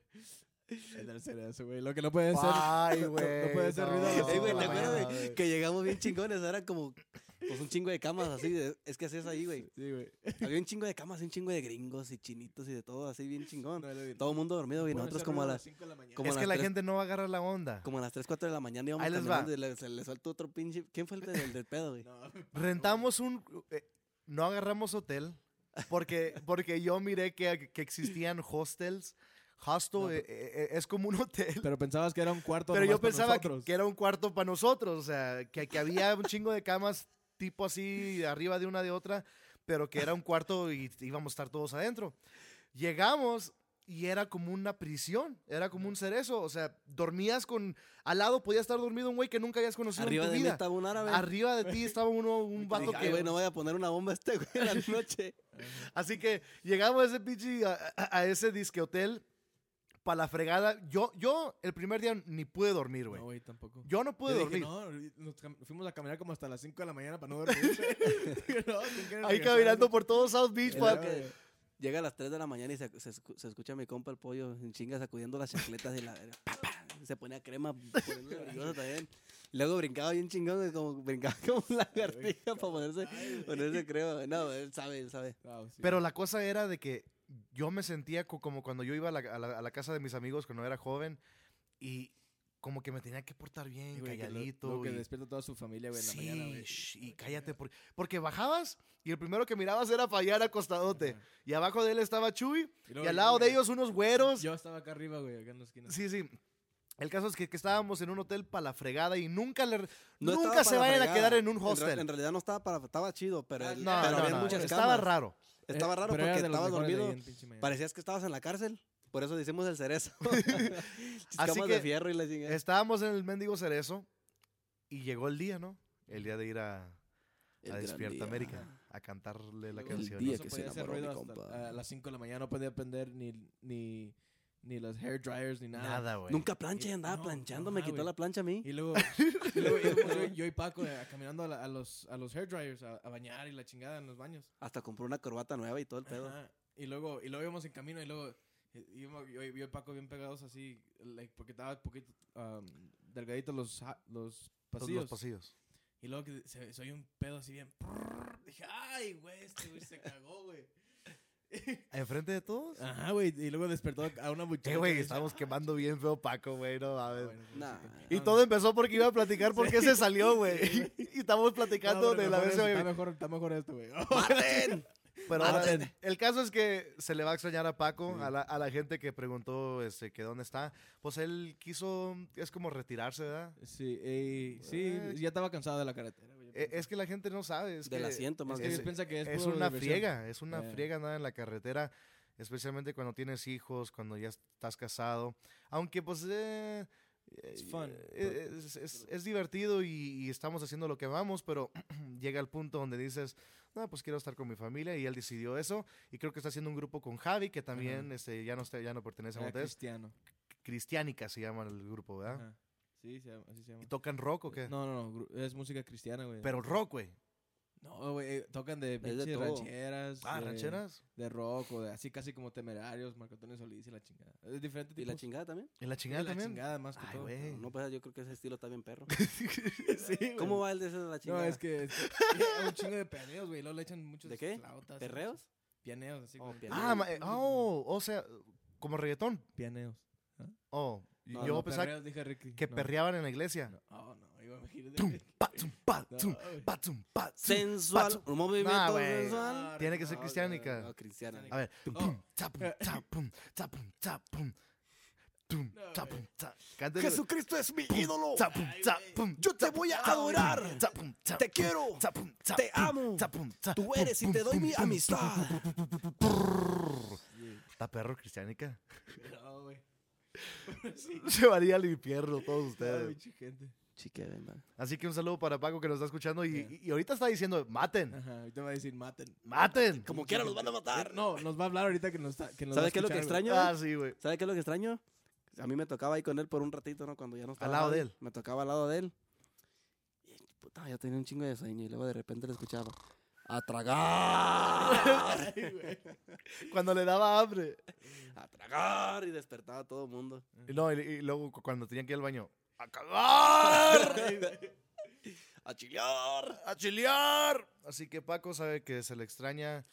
El del cerezo, güey. Lo que no puede ser.
Ay,
no- no
güey.
puede ser ruido a las
no,
Ey,
cinco
güey, ¿te
de la
acuerdas,
mañana,
güey?
güey.
Que llegamos bien chingones. Era como pues un chingo de camas así. de- es que así es ahí, güey.
Sí, güey.
Había un chingo de camas, un chingo de gringos y chinitos y de todo, así bien chingón.
No, lo vi.
Todo el mundo dormido, güey.
Pueden
Nosotros
ser
como a
ruido
las,
cinco de la mañana.
como a
es
las
que la
tres-
gente no va a agarrar la onda.
como a las 3, 4 de la mañana íbamos
Ahí les va.
caminando y le, se le suelta otro pinche... ¿Quién fue el del, del pedo, güey?
No,
Rentamos un... eh, no agarramos hotel porque, porque yo miré que, que existían hostels. Hostel
No,
eh,
pero-
eh, es como un hotel.
Pero pensabas que era un cuarto
Pero yo
nomás para
pensaba que,
nosotros.
que era un cuarto para nosotros, o sea, que, que había un chingo de camas tipo así, arriba de una de otra, pero que era un cuarto y íbamos a estar todos adentro. Llegamos y era como una prisión, era como un cerezo, o sea, dormías con, al lado podía estar dormido un güey que nunca habías conocido
Arriba
en tu
de mí
vida.
estaba un árabe.
Arriba de ti estaba uno, un vato
Dije, "Ay,
que...
güey, no voy a poner una bomba a este güey en la noche.
Así que llegamos a ese pinche, a, a- a ese disque hotel, para la fregada. Yo, yo el primer día ni pude dormir, güey.
No, güey, tampoco.
yo no pude
Yo dije,
dormir.
no, nos cam- fuimos a caminar como hasta las 5 de la mañana para no dormir. güey. no, ¿quién quiere
Ahí
regresar?
caminando por todo South Beach,
El
pa-
árabe que Llega a las 3 de la mañana y se, se escu- se escucha a mi compa el pollo en chinga sacudiendo las chancletas y la pa, pa, se ponía crema poniéndole brillosa también. Y Luego brincaba bien chingón, güey, como brincaba como una lagartija para ponerse, ponerse crema. güey. No, él sabe, él sabe.
No, sí.
Pero la cosa era de que yo me sentía co- como cuando yo iba a la, a la- a la casa de mis amigos cuando era joven y como que me tenía que portar bien,
Sí, güey, que lo-
calladito.
luego que
y-
despierta toda su familia, güey, en la
sí,
mañana, güey.
shh, y cállate. Porque, porque bajabas y el primero que mirabas era para allá era acostadote.
Ajá.
Y abajo de él estaba Chuy
Y
y
luego
al
yo,
lado de
güey,
ellos unos güeros.
Yo estaba acá arriba, güey, acá en la esquina.
Sí, sí. El caso es que, que estábamos en un hotel para la fregada y nunca le-
No estaba
nunca se
para
vayan a
fregada.
quedar en un
re-
hostel.
En realidad no estaba para, estaba chido, pero,
Ah,
pero
no, no,
había
no,
muchas
estaba
camas.
raro.
Estaba
Eh,
raro
pero era
porque
de los
estabas
mejores de ahí
dormido.
en pinche Miami.
Parecías que estabas en la cárcel. Por eso decimos el cerezo.
Así
Camas
que-
de fierro y la chingada.
Estábamos en el mendigo cerezo y llegó el día, ¿no? El día de ir a, a
El gran
Despierta
día.
América a cantarle la
Luego,
canción.
día
¿no?
se
que se
podía hacer
enamoró
ruido
mi
hasta,
compa.
A las 5 de la mañana no podía prender ni, ni, ni los hair dryers ni nada.
Nada, güey.
Nunca plancha y andaba
No,
planchando.
ajá,
me quitó
güey.
la plancha a mí.
Y luego, y luego íbamos yo, yo y Paco eh, caminando a, la- a los, a los hair dryers a, a bañar y la chingada en los baños.
Hasta compró una corbata nueva y todo el pedo.
Ajá. Y luego, y luego íbamos en camino y luego, eh, Yo, me- yo, yo y Paco bien pegados así, like, porque estaba poquito um, delgadito los, ja- los
Los-
pasillos.
Los pasillos.
y luego que se, se oye un pedo así bien. prrr, dije, ay, güey, este güey se cagó, güey.
¿Enfrente de todos?
Ah,
Ajá, güey. Y luego despertó a una muchacha.
Eh, güey,
dice,
estamos
"Ah,
quemando bien feo Paco, güey, no
Ah,
mames.
bueno, pues,
Nah.
sí que-
Y
no,
todo empezó porque iba a platicar por qué se salió, güey.
Sí, güey.
y estamos
no,
platicando
pero
de la
mejor
vez.
esto,
oye,
Está mejor, está mejor esto, güey.
¡Maten!
Pero ahora,
Maten.
Ah, pues, el caso es que se le va a extrañar a Paco,
Sí.
a, la, a la gente que preguntó este, que dónde está. Pues él quiso, es como retirarse, ¿verdad?
Sí, eh, sí,
Eh,
ya estaba cansado de la carretera, güey. yo
E-
pensé.
Es que la gente no sabe. Es
Del
que-
asiento, más
es
Es
que
que
bien.
se-
piensa que es,
es
puro
una
diversión.
friega, es una
Ya.
friega andar en la carretera, especialmente cuando tienes hijos, cuando ya estás casado. Aunque pues... eh,
It's
eh,
fun,
eh, Es, es- es divertido y, y estamos haciendo lo que amamos, pero llega el punto donde dices, no, pues quiero estar con mi familia y él decidió eso. Y creo que está haciendo un grupo con Javi, que también este, ya, no está, ya no pertenece a
Era
Montes.
cristiano.
Cristiánica se llama el grupo, ¿verdad?
Ajá. Sí, se llama- así se llama.
¿Y tocan rock o qué?
No, no, no, gru- es música cristiana, güey.
Pero rock, güey.
No, güey, eh, tocan
de
de pinches
todo.
rancheras.
Ah,
de-
rancheras.
De rock o de así casi como temerarios, Marco Antonio Solís y la chingada. Es diferente
¿Y
tipo.
la chingada también?
¿En la chingada también?
chingada más que
Ay,
todo.
güey.
No, pues yo creo que ese estilo está bien perro.
Sí, güey.
¿Cómo va el de ese de la
No,
chingada?
es que es un chingo de pianeos, güey. Luego le echan muchos
¿De qué?
flautas,
¿Perreos?
Pianeos, así.
Oh,
como-
pianeos.
Ah, ma- eh, oh, o sea, como reggaetón.
Pianeos.
Oh,
No,
yo
no,
pensaba
perreos, dije Ricky.
que
No.
perreaban en la iglesia.
No, oh, no, iba a imaginar.
Tum, pa, tum, pa,
No,
tum,
güey.
pa, tum, pa, tum.
Sensual.
Paso.
Un movimiento
Nah, güey.
sensual.
Tiene que ser
no, Ah.
cristiánica.
No, cristiana.
A ver. Tum,
Oh.
pum, cha, pum, cha, pum, cha, pum, cha, pum. Tum,
No,
cha,
güey.
pum, cha. Cántale.
Jesucristo es mi
Pum,
oh,
ídolo.
cha, pum, cha, pum,
Yo te voy a
cha, pum,
adorar.
cha, pum, cha,
Te
pum,
quiero.
cha, pum, cha,
Te
pum,
amo.
cha, pum, cha,
Tú
e-
pum,
eres y
pum,
te doy
pum,
mi
pum, pum,
amistad.
pum, pum, pum, pum, pum, pum. Está perro cristiánica.
No, güey. Sí.
Se varía al infierno todos
Ay,
ustedes.
pinche gente.
Chique, ven, va.
Así que un saludo para Paco que nos está escuchando y,
Yeah.
y ahorita está diciendo, maten,
Ajá, ahorita va a decir maten. Eh,
maten.
Como quiera los van a matar.
No, nos va a hablar ahorita que nos está. Que nos va a
¿Sabes qué es lo que
escuchar,
extraño?
Ah, sí, güey.
¿Sabes qué es lo que extraño? A mí me tocaba ahí con él por un ratito, ¿no? Cuando ya no estaba.
lado de
Javi,
él.
Me tocaba al lado de él. Y puta, yo tenía un chingo de sueño y luego de repente le escuchaba. A tragar.
Cuando le daba hambre.
a tragar. Y despertaba a todo el mundo.
Y No, y, y luego cu- cuando tenían que ir al baño, a cagar,
A chilear.
a chilear. Así que Paco sabe que se le extraña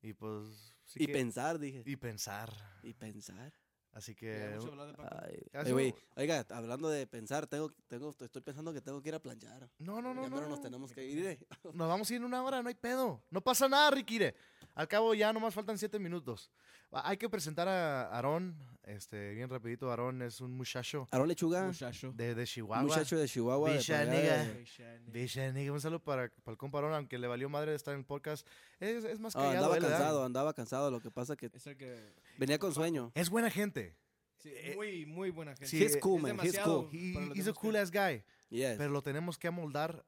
y pues... sí
Y
que-
pensar, dije.
y pensar.
Y pensar.
Así
güey. Ya
que...
hemos
un-
hablado de Paco.
Ay,
Ya
eh,
se-
güey, oiga, hablando de pensar, tengo, tengo, estoy pensando que tengo que ir a planchar.
No, no, no,
ya
no.
pero nos
no.
tenemos que ir. eh.
Nos vamos a ir en una hora, no hay pedo. No pasa nada, Riquire. Al cabo ya nomás faltan siete minutos. Ah, Hay que presentar a Aarón, este, bien rapidito. Aarón es un muchacho
Aarón Lechuga,
Muchacho.
de, de Chihuahua.
muchacho de Chihuahua. de por allá
Villaniga.
de-
Villa, nigga, un saludo para, para el compa Aarón, aunque le valió madre de estar en el podcast. Es, es más
Ah,
callado.
andaba
él, ¿verdad?
cansado, andaba cansado. Lo que pasa que
Es el que.
venía con sueño.
Es buena gente.
Sí,
Eh,
muy, muy buena gente.
sí,
he's cool, man. He's
demasiado.
cool.
He-
Pero
he's
lo
a
tenemos
cool
que-
ass guy,
Yes.
pero lo tenemos que amoldar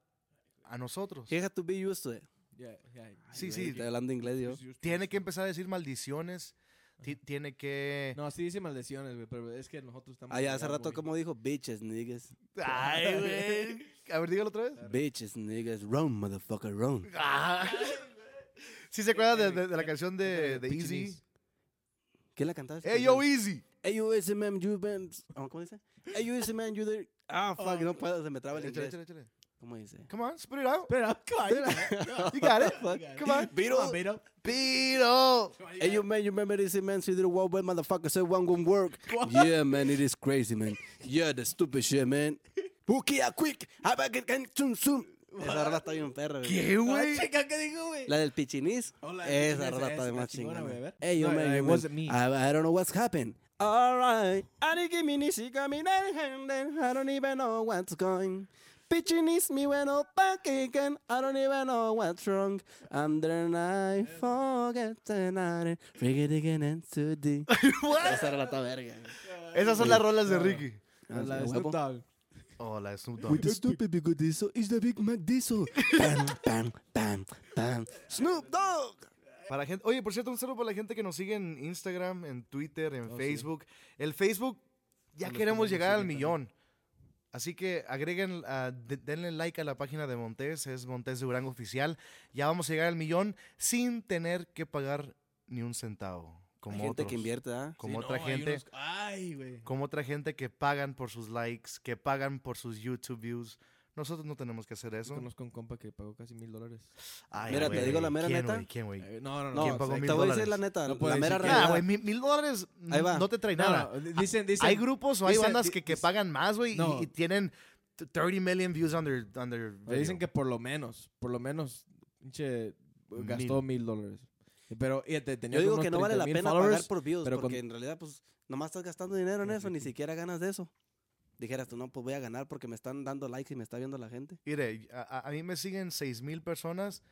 a nosotros.
He had to be used to it.
Yeah, yeah.
Sí,
Ay,
sí.
güey, Estoy hablando inglés yo.
Just- just-
Tiene que empezar a decir maldiciones. ti- Tiene que.
No, sí dice maldiciones, güey, pero es que nosotros estamos.
Ah,
Allá hace
pegados,
rato,
güey.
como dijo, bitches, niggas.
Ay, güey. A ver, dígalo otra vez.
Bitches, niggas. Run, motherfucker, run.
Ah. ¿Sí se acuerdan de, de- de la canción de, de
Eh, Pichinis.
Easy?
¿Qué la cantaste?
¡Ey, yo, Easy!
Hey, you is a man, you been. oh, ¿Cómo dice? Hey, you is a man, you there. Ah, fuck, no puedo, se me traba el
Échale,
inglés.
échale, échale.
¿Cómo dice?
Come on, spit it out.
Espera,
You got it.
Fuck.
Come on.
Beatles.
Ah, Pero.
Beetle.
Hey, you man, you remember this man? So you did a wild web, motherfucker. Said one won't work. Yeah, man, it is crazy, man. Yeah, the stupid shit, man. Bukia, quick. How about get can zoom zoom? Esa rola está bien perra, güey.
¿Qué, güey?
Chica, ¿qué dijo, güey?
La del pichinis.
Oh, la del
Esa
pichinis,
rola está
esa
bien más
está chingona,
chingona.
güey, a ver.
Hey, you
No,
man,
it
you
wasn't
man.
me.
I, I don't know what's happened. All right. I didn't give me ni si caminar, and then I don't even know what's going. Pichinis me when all back again. I don't even know what's wrong. And then I forget tonight. Forget again and today. Esa rola está verga.
Esas son las rolas de Ricky.
Ah,
La
sí,
de
huevo.
Snoop Dogg. Oh,
Hola, Snoop Dogg.
stupid big diesel is the big Mac diesel. Bam, bam, bam, bam. Snoop Dogg.
Para gente, oye, por cierto, un saludo para la gente que nos sigue en Instagram, en Twitter, en
Oh, sí.
Facebook. El Facebook, ya
A los que no
queremos
nos
llegar al
siguen
millón. Así que agreguen, ah, de- denle like a la página de Montes, es Montes de Durango Oficial. Ya vamos a llegar al millón sin tener que pagar ni un centavo. como
gente
otros,
que invierte, ¿ah?
como
Sí,
otra
no, hay
gente,
unos- Ay, güey.
como otra gente que pagan por sus likes, que pagan por sus YouTube views. Nosotros no tenemos que hacer
Yo
eso.
Conozco a un compa que pagó casi mil dólares.
Ay,
Mira, te
güey,
digo la mera
¿quién,
neta.
güey? ¿Quién, güey?
Eh, No, no, no.
¿Quién
No,
pagó
te
mil
voy a
dólares?
decir la neta,
No
la
puedo
mera
decir que-
Ah,
realidad.
güey, mil, mil dólares mm,
Ahí va.
no te trae
No,
nada. Ah,
no, Dicen, dicen.
hay grupos o hay
dicen-
bandas
di-
que, que
dicen-
pagan más, güey, y-
No.
y, tienen t- 30 million views on their, on their
Te dicen que
video.
por lo menos, por lo menos, pinche,
Mil.
gastó mil dólares. Pero, fíjate, tenía
Yo
Yo digo
como
que no
unos
vale la
30,000
pena
followers.
pagar por views,
pero
porque
con-
en realidad, pues, nomás estás gastando dinero en eso, ni
Ujú.
siquiera ganas de eso. Dijeras tú, no, pues voy a ganar porque me están dando likes y me está viendo la gente.
Mire, a, a- a mí me siguen 6 mil personas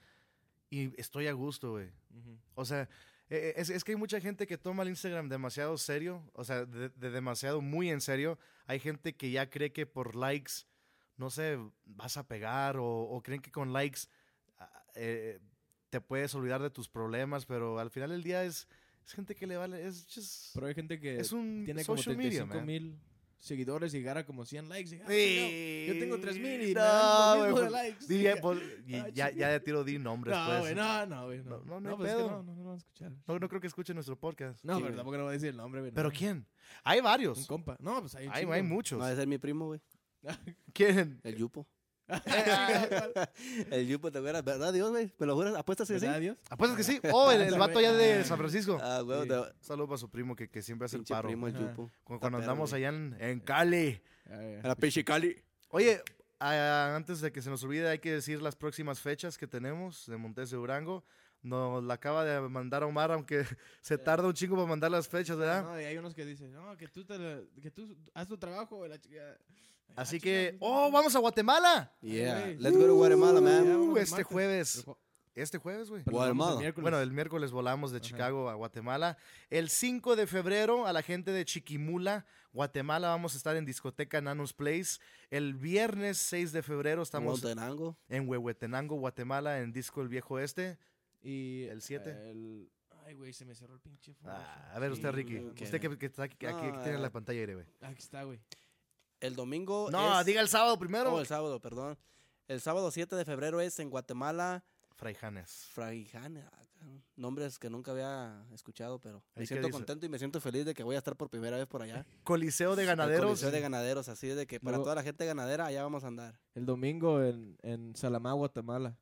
y estoy a gusto, güey.
Ujú.
O sea, eh, eh, es, es que hay mucha gente que toma el Instagram demasiado serio, o sea, de, de demasiado muy en serio. Hay gente que ya cree que por likes, no sé, vas a pegar o, o creen que con likes ah, eh, te puedes olvidar de tus problemas, pero al final del día es, es gente que le vale, es just-
Pero hay gente que
es un
tiene como
social media,
35
man.
mil seguidores y gana como 100 likes. Y, ah,
Sí.
no, yo tengo 3 mil y me
No,
dan lo
güey,
mismo de
pues,
likes.
di- ya, pues, y
Ah,
ya, ya de tiro di nombres,
no,
pues.
güey, no, no, güey,
No,
no.
no, no hay
pues es que
pedo.
no, no, no lo van a escuchar.
No, no creo que escuchen nuestro podcast.
No,
Sí,
pero
güey.
tampoco le voy a decir el nombre, güey.
¿Pero
no.
quién? Hay
Un
varios.
compa. No, pues hay un
Hay,
chingo.
hay muchos.
No, debe ser mi primo, güey.
¿Quién?
El Yupo.
Ah,
¿Verdad,
El Yupo, ¿te acuerdas? ¿Verdad, Dios, güey? ¿Me lo juras? ¿Apuestas que sí?
Dios?
Apuestas que sí. Oh, el, el vato allá de San Francisco.
Ah, güey,
Sí.
te-
Saludos para su primo que, que siempre hace el
pinche
paro.
primo el
Ajá.
Yupo.
Cu- Cuando
perro,
andamos
güey.
allá en, en Cali.
Ah,
A la pinche Cali.
Oye, ah, antes de que se nos olvide, hay que decir las próximas fechas que tenemos de Montes de Durango. Nos la acaba de mandar Omar, aunque se tarda un chingo para mandar las fechas, ¿verdad?
No, y hay unos que dicen, no, que tú, te la- que tú haz tu trabajo, güey, la chica.
Así
ah,
que, ¡oh, vamos a Guatemala!
Yeah.
güey.
Let's go to Guatemala, man.
Uh,
vamos el
este
martes.
jueves. Este jueves, güey.
Guatemala.
Bueno, el miércoles volamos de
Ajá.
Chicago a Guatemala. El 5 de febrero a la gente de Chiquimula, Guatemala, vamos a estar en discoteca Nanos Place. El viernes 6 de febrero estamos
Montenango.
en Huehuetenango, Guatemala, en Disco El Viejo Este.
Y
el siete.
el- Ay, güey, se me cerró el pinche fondo.
Ah, a ver, usted,
Sí,
Ricky.
güey,
Usted
qué-
que, que está aquí, que
No,
aquí tiene
eh.
la pantalla aire, güey.
Aquí está, güey.
El domingo
No,
es-
diga el sábado
Oh,
primero.
el sábado, perdón. El sábado 7 de febrero es en Guatemala,
Fraijanes.
Fragijana. Nombres que nunca había escuchado, pero
¿Y qué
me siento
dice?
contento y me siento feliz de que voy a estar por primera vez por allá.
Coliseo de
El
Ganaderos.
Coliseo de ganaderos, así de que para
Luego-
toda la gente ganadera allá vamos a andar.
El domingo en, en Salamá, Guatemala.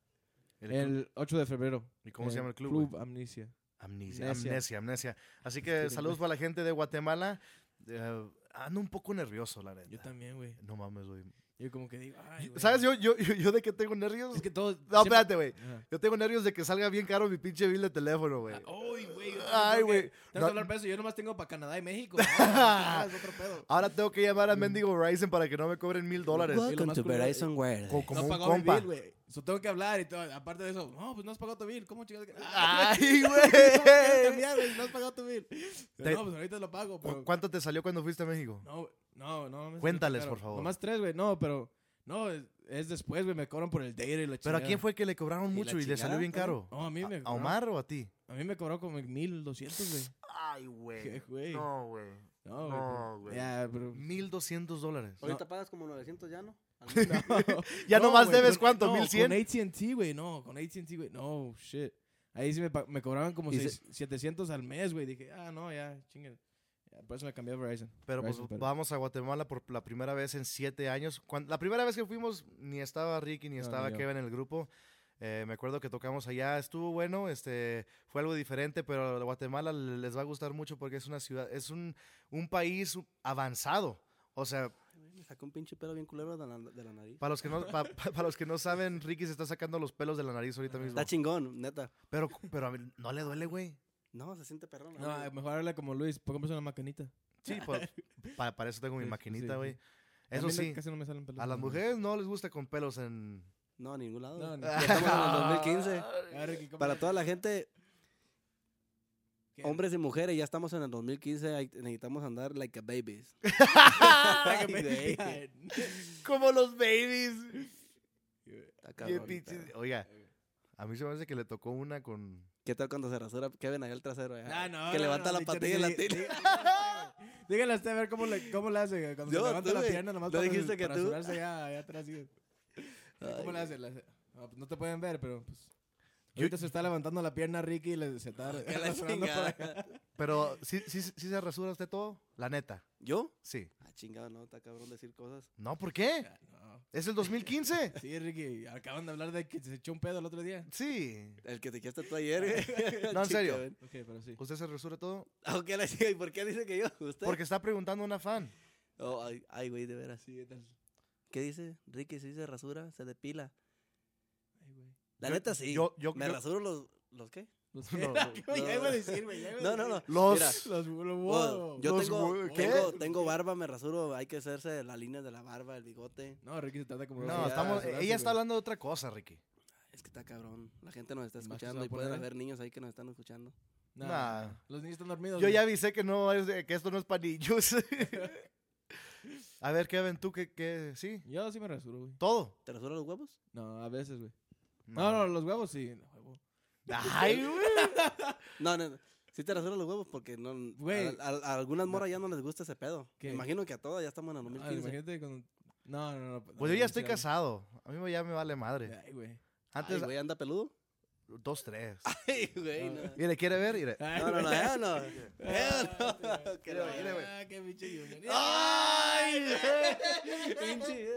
El
El,
club-
8 de febrero.
¿Y cómo se llama el club,
Club Amnesia.
Amnesia,
Amnesia.
amnesia, amnesia. Así que
Sí,
saludos
güey.
para la gente de Guatemala. Eh, ando un poco nervioso, la neta.
Yo también, güey.
No mames, güey.
Yo como que digo, ay, güey.
¿Sabes yo, yo, yo, yo de qué tengo nervios?
Es que todo...
No, espérate, güey.
Ajá.
Yo tengo nervios de que salga bien caro mi pinche bill de teléfono, güey.
Ah, Ay, güey. yo
Ay,
tengo que-
güey.
Tengo que
No-
hablar para eso. Yo nomás tengo para Canadá y México. ¿no? Ah, es otro pedo.
Ahora tengo que llamar a Mendigo Verizon para que no me cobren mil dólares.
Mm. What?
Welcome
más
to
culero-
Verizon Wireless.
Co- Como
no
un
pagó
compa.
mi bill, güey. So, tengo que hablar y todo. Aparte de eso, no, pues no has pagado tu bill. ¿Cómo chingados? que- Ah,
¡Ay,
¿Cómo quieres
güey!
cambiar, güey? No has pagado tu bill. Yo,
Te-
No, pues ahorita lo pago.
¿Cu-
Pero...
¿Cuánto te salió cuando fuiste a México?
No, pues, no, no. no
Cuéntales, por favor.
Nomás tres, güey. No, pero... No, es, es después, güey. Me cobran por el date y la
Pero
chingada.
¿a quién fue que le cobraron
¿Y
mucho
la
y le salió
chingada
bien caro?
No, a mí me
¿A- ¿A
cobraron-
Omar o a ti?
A mí me cobró como 1200, güey.
Ay,
¿Qué,
güey.
güey?
No, güey.
No,
no,
güey. pero-
güey.
Ya, pero...
Mil doscientos dólares.
Ahorita pagas como 900 ya, ¿no?
No.
Ya nomás
güey,
debes
con-
cuánto,
no,
1100?
Con ATT, güey, no, con ATT, güey, no, shit. Ahí sí me, pa- me cobraban como
Y se-
seis- 700 al mes, güey. Dije, ah, no, ya, chinguen. Ya, por eso me cambié a Verizon.
Pero pues
Verizon, pero-
vamos a Guatemala por la primera vez en siete años. Cuan- la primera vez que fuimos, ni estaba Ricky, ni
No, ni
estaba
yo.
Kevin en el grupo. Eh, me acuerdo que tocamos allá, estuvo bueno, este, fue algo diferente, pero Guatemala le- les va a gustar mucho porque es una ciudad, es un, un país avanzado. O sea,
Me sacó un pinche pelo bien culero de la, de la nariz.
para los que no, pa- pa- para los que no saben, Ricky se está sacando los pelos de la nariz ahorita mismo.
Está chingón, neta.
Pero, pero a mí no le duele, güey.
No, se siente perrón.
No, eh,
amigo.
mejor habla como Luis, pongamos una macanita.
Sí, por- pa- para eso tengo mi
Sí, sí,
maquinita,
sí.
güey. Eso
A mí no-
sí,
Casi no me salen pelos.
a las mujeres no les gusta con pelos en...
No, a ningún lado.
No, no.
Ya estamos en el 2015.
A ver, Ricky, ¿cómo
Para
le-
toda la gente,
qué?
hombres y mujeres, ya estamos en el 2015, hay- necesitamos andar like a babies.
Para que
Ay,
me-
güey.
Como los babies.
Está
Bien
cabrón,
pinches-
está.
Oiga, a mí se me hace que le tocó una con.
¿Qué tal cuando se rasura Kevin allá el trasero? eh?
Ah, no,
que
no,
levanta
no,
la
dicho,
patilla y la
sí,
tira.
sí, sí, Dígale a usted a ver cómo le, cómo le hace, güey, cuando
Yo,
se levanta
tú,
la
güey,
pierna nomás
¿no
para-
dijiste que
para
tú?
rasurarse allá, allá atrás. sí. ¿Cómo
Ay,
le hace? Le hace- ah, pues No te pueden ver, pero pues... Ahorita se está levantando la pierna Ricky y le, se está
Ah, Que la
razonando por acá.
chingada.
Pero, ¿sí, sí, sí se rasura usted todo? La neta,
¿Yo?
sí.
Ah, chingado, no, está cabrón decir cosas.
No, ¿por qué?
Ah, no.
Es el 2015.
Sí, Ricky, acaban de hablar de que se echó un pedo el otro día.
Sí.
El que te quedaste tú ayer, eh. güey.
Ah. No, en serio.
Chingado.
Ok, pero sí.
¿Usted se rasura todo?
Aunque Ah, la chica, ¿y por qué dice que yo? ¿Usted?
Porque está preguntando una fan.
Oh, ay, ay, güey, de veras.
Sí, ¿qué tal?
¿Qué dice? Ricky, si se rasura, se depila.
Ay, güey.
La
Yo-
neta, sí.
yo- yo-
Me
yo-
rasuro los... ¿Los qué?
Los-
No,
Ya
no,
iba
no.
a decir, güey, ya iba a
No, no,
decir.
no.
Los-
Mira,
Los, los
oh,
wow.
yo
Los
tengo,
hue- ¿qué?
tengo, tengo barba, me rasuro. Hay que hacerse las líneas de la barba, el bigote.
No, Ricky se trata como... de
No,
rasurarse,
estamos,
rasurarse,
ella está
güey.
hablando de otra cosa, Ricky.
Es que está cabrón. La gente nos está
¿Más que se
escuchando
va a
y pueden
poner? ¿eh?
haber niños ahí que nos están escuchando.
No,
Nah.
no, no. Los niños están dormidos.
Yo
güey.
ya avisé que no es, que esto no es para niños. A ver, Kevin, tú que, que sí,
Yo sí me rasuro, güey.
todo.
¿Te rasuras los huevos?
No, a veces, güey. No, no, los huevos sí. no, huevo. Ah,
Ay, güey.
No, no, no. Sí te rasuras los huevos porque no,
Güey.
a, a- a algunas moras ya no les gusta ese pedo.
¿Qué?
Me imagino que a todas ya estamos en el
Ah,
2015.
imagínate cuando... No, no, no. no,
Pues yo ya
no,
estoy
sí,
casado. A mí ya me vale madre.
Ay, güey.
Antes,
Ay, güey, anda peludo.
dos, tres.
Ay, güey, no.
Mire, ¿quiere ver? Mire.
Ay,
No, no, no,
güey.
eh, no. Eh, no. Que no,
mira, güey.
Ah, qué pinche Junior.
¡Ay!
Pinche.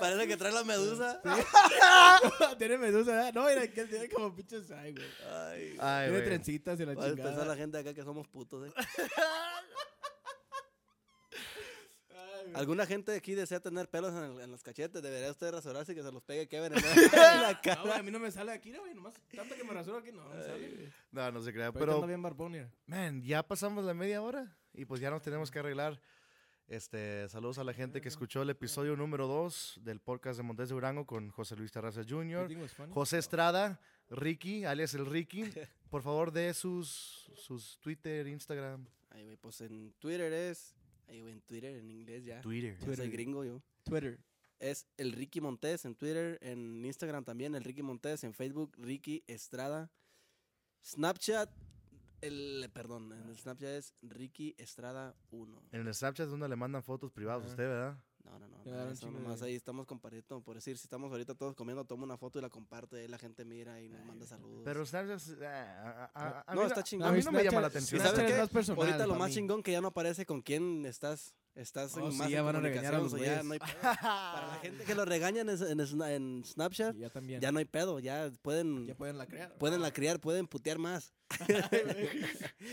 Parece que trae la medusa.
Tiene medusa, ¿verdad? No, mira, que tiene como pinches. Ay, güey.
Ay.
Ay,
Tiene
güey.
trencitas y la
Va a pensar la
chingada.
gente acá que somos putos, eh.
Ay, güey.
¿Alguna gente de aquí desea tener pelos en, el- en los cachetes? Debería usted rasurarse y que se los pegue Kevin en la en la
No, güey,
cara.
a mí no me sale aquí, no, güey. Nomás tanto que me rasuro aquí, no, no me sale. güey.
No, no se crea.
Pero ahorita ando
Pero,
bien barbón, mira.
man, ya pasamos la media hora y pues ya nos tenemos que arreglar. Este, saludos a la gente que escuchó el episodio número 2 del podcast de Montes de Durango con José Luis Terraza
You
Jr.
think it was funny?
José Estrada, Ricky, alias el Ricky, por favor de sus, sus Twitter, Instagram,
Ay, güey, pues en Twitter es. Ay, güey, en Twitter en inglés ya.
Twitter.
Ya soy
Twitter.
gringo yo.
Twitter.
Es el Ricky Montes en Twitter, en Instagram también, el Ricky Montes, en Facebook, Ricky Estrada. Snapchat, el, perdón, en el Snapchat es Ricky Estrada 1.
En el Snapchat es donde le mandan fotos privadas a
Ajá.
usted, ¿verdad?
No, no, no,
Ya,
nada de
un
eso,
chingo
nomás
de-
ahí estamos compartiendo, por decir, si estamos ahorita todos comiendo, toma una foto y la comparte, ahí la gente mira y nos manda saludos.
Pero Snapchat, es- ah, a, a- a- a
No,
mí
está
no-
chingón.
A mí
Mi
no me llama la
Snapchat-
atención.
¿Y sabes
Snapchat
qué?
es más personal
ahorita lo
pa'
más
mí.
chingón que ya no aparece con quién estás, estás
Oh,
en
sí,
más
ya
en
van a regañar a los
comunicación, so ya
güeyes.
no hay pedo. Para la gente que lo regañan en, en Sna- en Snapchat,
Y ya también.
ya no hay pedo, ya pueden...
Ya pueden la crear.
Pueden la criar, pueden putear más.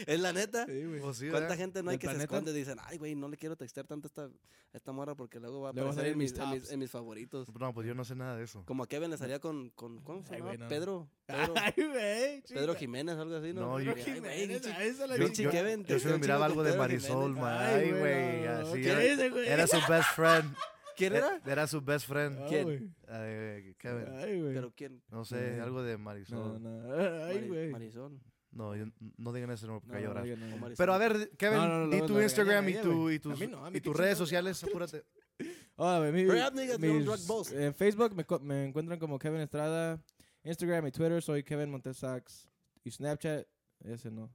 es la neta.
Sí, güey.
Pues sí,
¿Cuánta
¿verdad?
gente no hay
¿Del
que se
planeta?
esconde? Dicen, ay, güey, no le quiero textear tanto a esta, a esta morra porque luego va a
Luego va a
aparecer
salir
en, mis,
mis
en mis-
tops".
en mis favoritos.
No, pues yo no sé nada de eso.
Como a Kevin le salía con, con ¿cómo se
Ay,
llamaba?
güey, no.
Pedro. Pedro,
Ay, güey.
Pedro
chinga.
Jiménez, algo así, ¿no?
No, yo-
Pedro
Pedro
Jiménez, ay,
Jiménez. ah,
güey,
a esa la
Yo,
pinche
yo-
Kevin,
yo
te-
sí me
un
miraba
chingo
algo
con
de
Pedro
Marisol,
Jiménez.
man. Ay, güey.
no,
así
¿qué
era,
dice, güey?
era su best friend. E,
¿Quién era?
Era su best friend.
Ay,
¿Quién?
güey.
Ay, Kevin.
Ay, güey.
Pero quién?
No sé,
Eh,
algo de
No,
Marisol.
no. Ay,
Mari-
güey.
Marisol.
No, yo- no digan ese nombre
No,
porque voy a
no
llorar.
digan
o
nada.
Marisol.
Pero a ver, Kevin,
No, no, no,
di
luego
tu
la
Instagram
regañan a
y,
ella,
tu,
güey.
y tus,
A mí no, a mí
y
qué
tus redes
chingado.
sociales, apúrate.
Hola, güey, Ah, mi-
Rap niggas don't
mis-
drug balls.
En Facebook me, co- me encuentran como Kevin Estrada. Instagram y Twitter soy Kevin Montesax. Y Snapchat, ese no.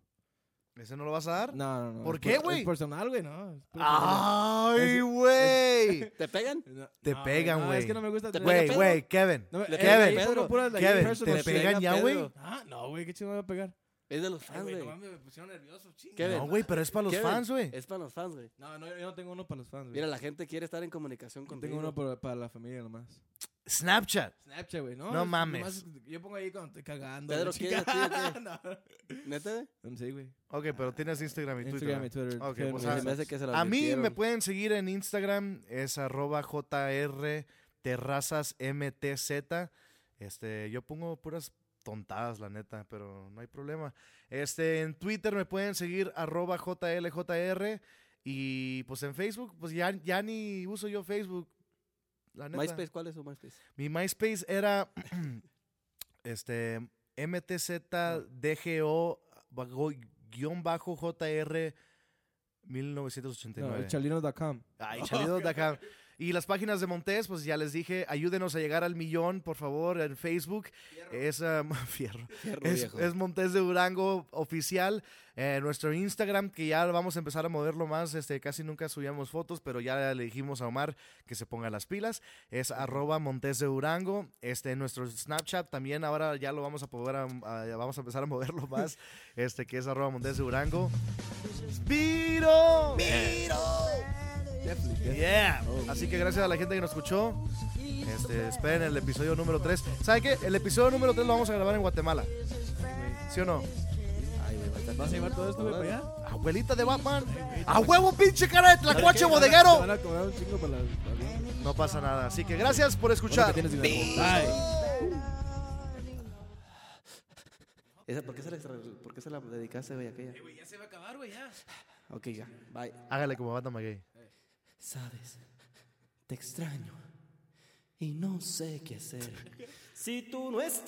¿Ese no lo vas a dar?
No, no, no.
¿Por
es
qué,
per- es
güey? Ah.
personal, güey, no. es puro
¡Ay,
Ese-
güey!
¿Te pegan?
personal. No,
Te
no,
pegan,
no,
güey.
Es que no me gusta
Te
tener-
Güey,
Pedro?
güey, Kevin.
No, me-
Le
eh,
Kevin,
es puro pura, like,
Kevin,
personal
¿te
shit.
pegan ya, güey?
Pedro.
Ah, no, güey, qué chido me va a pegar.
Es de los
Ay,
fans,
güey,
güey.
no mames, me pusieron nervioso, chinga.
Kevin.
No, güey, pero es para los
Kevin,
fans, güey.
Es para los fans, güey.
No, no, yo no tengo uno para los fans, güey.
Mira, la gente quiere estar en comunicación
Yo
contigo.
tengo uno para, para la familia nomás.
Snapchat.
Snapchat, güey, ¿no?
No
es-
mames.
nomás yo pongo ahí cuando estoy cagando.
Pedro,
la
¿qué?
chingada.
¿Qué?
No,
¿Neta, güey?
no. Sí, güey.
Ok, pero tienes Instagram y
Instagram y
Twitter.
Twitter.
Ok,
Kevin
pues,
Se
ah,
me
Montes.
hace que se lo
A mí me
advirtieron.
pueden seguir en Instagram, es arroba JR Terrazas MTZ. Este, yo pongo puras tontadas, la neta, pero no hay problema. Este, en Twitter me pueden seguir arroba JLJR. Y pues en Facebook, pues ya, ya ni uso yo Facebook. La neta.
MySpace, ¿cuál es su MySpace?
Mi MySpace era este MTZDGO bajo- guión bajo JR
No,
1989.
chalino.com.
Ay, chalidos de acá. Y las páginas de Montes, pues ya les dije, ayúdenos a llegar al millón, por favor, en Facebook. Es, um, fierro.
Fierro
Es,
viejo.
es Montes de Durango oficial. Eh, nuestro Instagram, que ya vamos a empezar a moverlo más. Este, casi nunca subíamos fotos, pero ya le dijimos a Omar que se ponga las pilas. Es arroba Montes de Durango. Este, nuestro Snapchat también ahora ya lo vamos a poder, a- a- vamos a empezar a moverlo más. Este, que es arroba Montes de Durango.
Pues
¡Viro! Yeah.
Oh.
Así que gracias a la gente que nos escuchó. Este, esperen el episodio número 3. ¿Saben qué? El episodio número 3 lo vamos a grabar en Guatemala. ¿Sí o no?
Ay, güey, va a estar-
¿Vas a llevar todo esto, güey, para allá?
Abuelita de Batman. ¡A huevo, pinche cara de tlacuache
Te van
bodeguero!
a cobrar un chingo para la- para la-
No pasa nada. Así que gracias por escuchar.
Tienes que Bye.
Esa- ¿Por qué se la, extra- por qué se la dedicaste, güey, aquella?
Güey, ya se va a acabar, güey, ya.
Ok, ya. Bye.
Hágale como Batman McGay.
Sabes, te extraño y no sé qué hacer. si tú no estás.